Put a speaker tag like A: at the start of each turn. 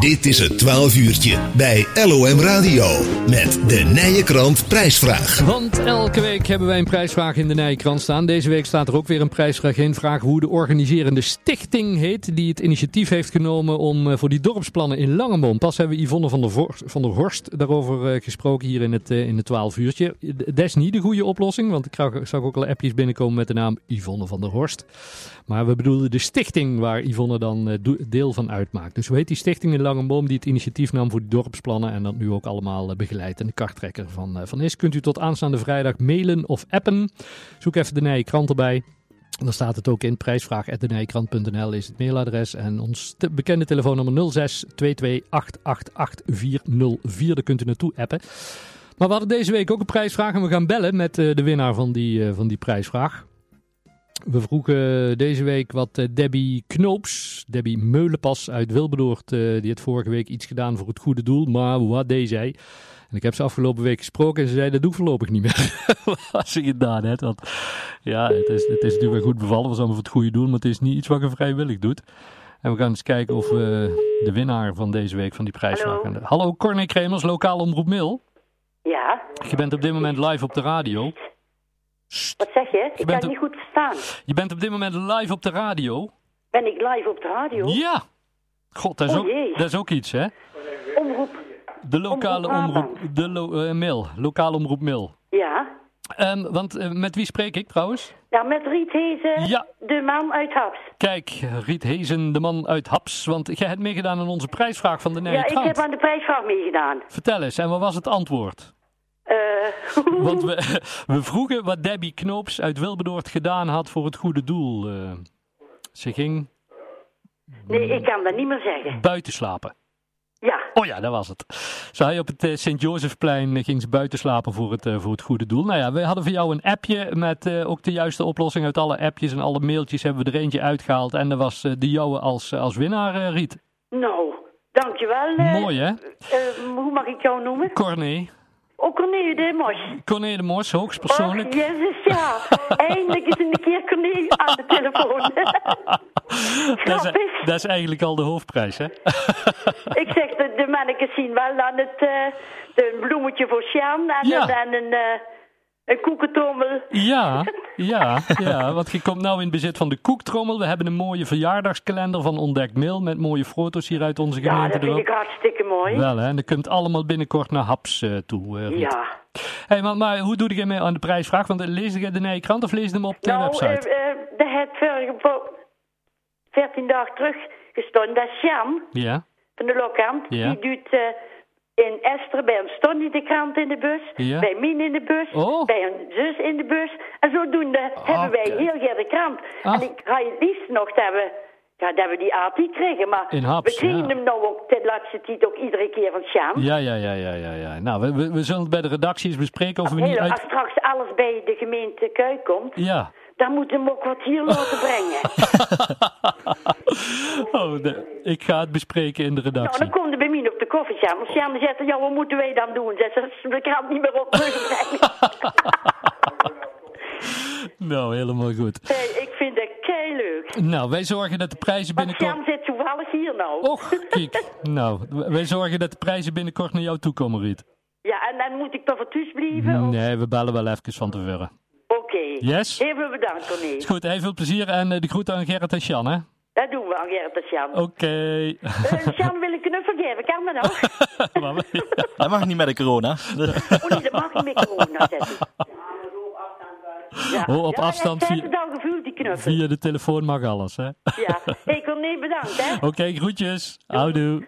A: Dit is het 12 uurtje bij LOM Radio met de Nijenkrant prijsvraag.
B: Want elke week hebben wij een prijsvraag in de Nijkrant staan. Deze week staat er ook weer een prijsvraag in. Vraag hoe de organiserende stichting heet die het initiatief heeft genomen om eh, voor die dorpsplannen in Langemond. Pas hebben we Yvonne van der, Vor- van der Horst daarover eh, gesproken hier in het, eh, in het 12 uurtje. Dat is niet de goede oplossing, want ik zag zag ook al appjes binnenkomen met de naam Yvonne van der Horst. Maar we bedoelden de stichting waar Yvonne dan eh, doe- deel van uitmaakt. Dus hoe heet die stichting in Langenboom die het initiatief nam voor die dorpsplannen en dat nu ook allemaal eh, begeleidt en de karttrekker van, eh, van is? Kunt u tot aanstaande vrijdag mailen of appen. Zoek even de Nije Krant erbij. Dan staat het ook in prijsvraag.denijkrant.nl is het mailadres. En ons te- bekende telefoonnummer 06 22 404. Daar kunt u naartoe appen. Maar we hadden deze week ook een prijsvraag en we gaan bellen met eh, de winnaar van die, eh, van die prijsvraag. We vroegen deze week wat eh, Debbie Knoops, Debbie Meulenpas uit Wilbedoord, eh, die had vorige week iets gedaan voor het goede doel, maar wat deed zij? En ik heb ze afgelopen week gesproken en ze zei, dat doe ik voorlopig niet meer. wat ze gedaan heeft, want ja, het is, het is natuurlijk wel goed bevallen, was allemaal voor het goede doel, maar het is niet iets wat je vrijwillig doet. En we gaan eens kijken of we de winnaar van deze week van die prijsvraag...
C: Hallo.
B: Hallo Corné Kremers, lokaal omroep Mil.
C: Ja,
B: Je bent op dit moment live op de radio.
C: wat zeg je? Ik kan
B: bent
C: het
B: een-
C: niet goed verstaan.
B: Je bent op dit moment live op de radio.
C: Ben ik live op de radio?
B: Ja! God, dat is,
C: Oh,
B: ook,
C: jee.
B: dat is ook iets, hè?
C: Omroep.
B: De lokale
C: Omroep
B: omroep, de lo, eh, Mil. Lokale omroep Mil.
C: Ja.
B: Ehm, want eh, met wie spreek ik trouwens?
C: Nou, met Riet Hezen,
B: Ja.
C: de man uit Haps.
B: Kijk, Riet Hezen, de man uit Haps. Want jij hebt meegedaan aan onze prijsvraag van de
C: ja, ik
B: Nijkrant.
C: heb aan de prijsvraag meegedaan.
B: Vertel eens, en wat was het antwoord?
C: Eh,
B: Want we, we vroegen wat Debbie Knoops uit Wilbedoord gedaan had voor het goede doel. eh. ze ging
C: nee, ik kan dat niet meer zeggen.
B: buiten slapen.
C: Ja,
B: Oh ja, dat was het. Zij op het eh, Sint-Jozefplein eh, ging ze buiten slapen voor het, eh, voor het goede doel. Nou ja, we hadden voor jou een appje met eh, ook de juiste oplossing. Uit alle appjes en alle mailtjes hebben we er eentje uitgehaald. En dat was eh, de jouwe als, eh, als winnaar, eh, Riet.
C: nou, dankjewel. eh.
B: Mooi, hè?
C: Eh, hoe mag ik jou noemen?
B: Corné.
C: Ook Corné de Mos.
B: Corné de Mors, hoogstpersoonlijk.
C: Och, jezus, Oh, ja. Eindelijk is een keer Corné aan de telefoon.
B: dat, is, e-
C: grappig.
B: dat is eigenlijk al de hoofdprijs, hè?
C: Ik zeg, de, de mannetjes zien wel aan het eh, de bloemetje voor Sjaan en,
B: Ja.
C: een- en een, eh, een koekentrommel.
B: Ja, ja, ja, want je komt nou in bezit van de koektrommel. We hebben een mooie verjaardagskalender van Ontdekt Mail met mooie foto's hier uit onze
C: Ja,
B: gemeente.
C: dat vind
B: erop.
C: ik hartstikke mooi.
B: Wel, hè? En dat komt allemaal binnenkort naar Haps eh, toe, eh, Ruud.
C: ja.
B: Hey, maar, maar hoe doe je mee aan de prijsvraag? Want eh, lees je de Nije Krant of lees je hem op de
C: Nou,
B: website?
C: eh, eh, dat heeft vorige vo- 14 dagen terug gestaan. Dat is Sjaan
B: ja,
C: van de Lokant.
B: Ja.
C: Die doet eh, in Esther bij hem stond hij de krant in de bus.
B: Ja.
C: Bij Mien in de bus.
B: Oh.
C: Bij een zus in de bus. En zodoende hebben wij
B: Oké.
C: heel graag de krant.
B: Ah.
C: En ik ga het liefst nog dat we, ja, dat we die AT kregen. Maar
B: In Haps,
C: we kregen
B: ja.
C: hem nou ook ten laatste tijd ook iedere keer van Sjaan.
B: ja, ja, ja, ja, ja, ja. Nou, we, we, we zullen het bij de redactie eens bespreken of we niet
C: Heel, Als
B: uit...
C: straks alles bij de gemeente Kuik komt,
B: Ja.
C: dan moeten we hem ook wat hier laten brengen.
B: oh, de- ik ga het bespreken in de
C: Nou,
B: redactie.
C: dan komt er bij mij op de koffie, Sjaan. Want Sjaan zegt, ja, wat moeten wij dan doen? Zegt ze, de krant niet meer op terugbrengen.
B: nou, helemaal goed.
C: Hey, ik vind dat kei leuk.
B: Nou, wij zorgen dat de prijzen
C: Want Sjaan
B: binnenkort... Oh.
C: zit toevallig hier nou.
B: Och, kijk. Nou, wij zorgen dat de prijzen binnenkort naar jou toe komen, Riet.
C: Ja, en dan moet ik toch voor thuis blijven? of-
B: Nee, we bellen wel even van tevoren.
C: Oké.
B: Yes.
C: Heel veel bedankt, Corné.
B: Is goed, heel veel plezier en eh, de groeten aan Gerrit en Sjan, hè?
C: Dat doen we aan Gerrit en Sjaan.
B: Oké.
C: Eh, Sjaan wil een knuffel geven, kan dat nog?
B: Maar we-
D: Dat mag niet met de corona.
C: Oh nee, dat mag niet meer corona, zegt hij. Ja,
B: Oh, op afstand
C: Ja,
B: via-
C: dat al gevoeld, die knuffel.
B: Via de telefoon mag alles, hè? Oké,
C: Ja, ik wil nee bedankt, hè.
B: groetjes. Houdoe.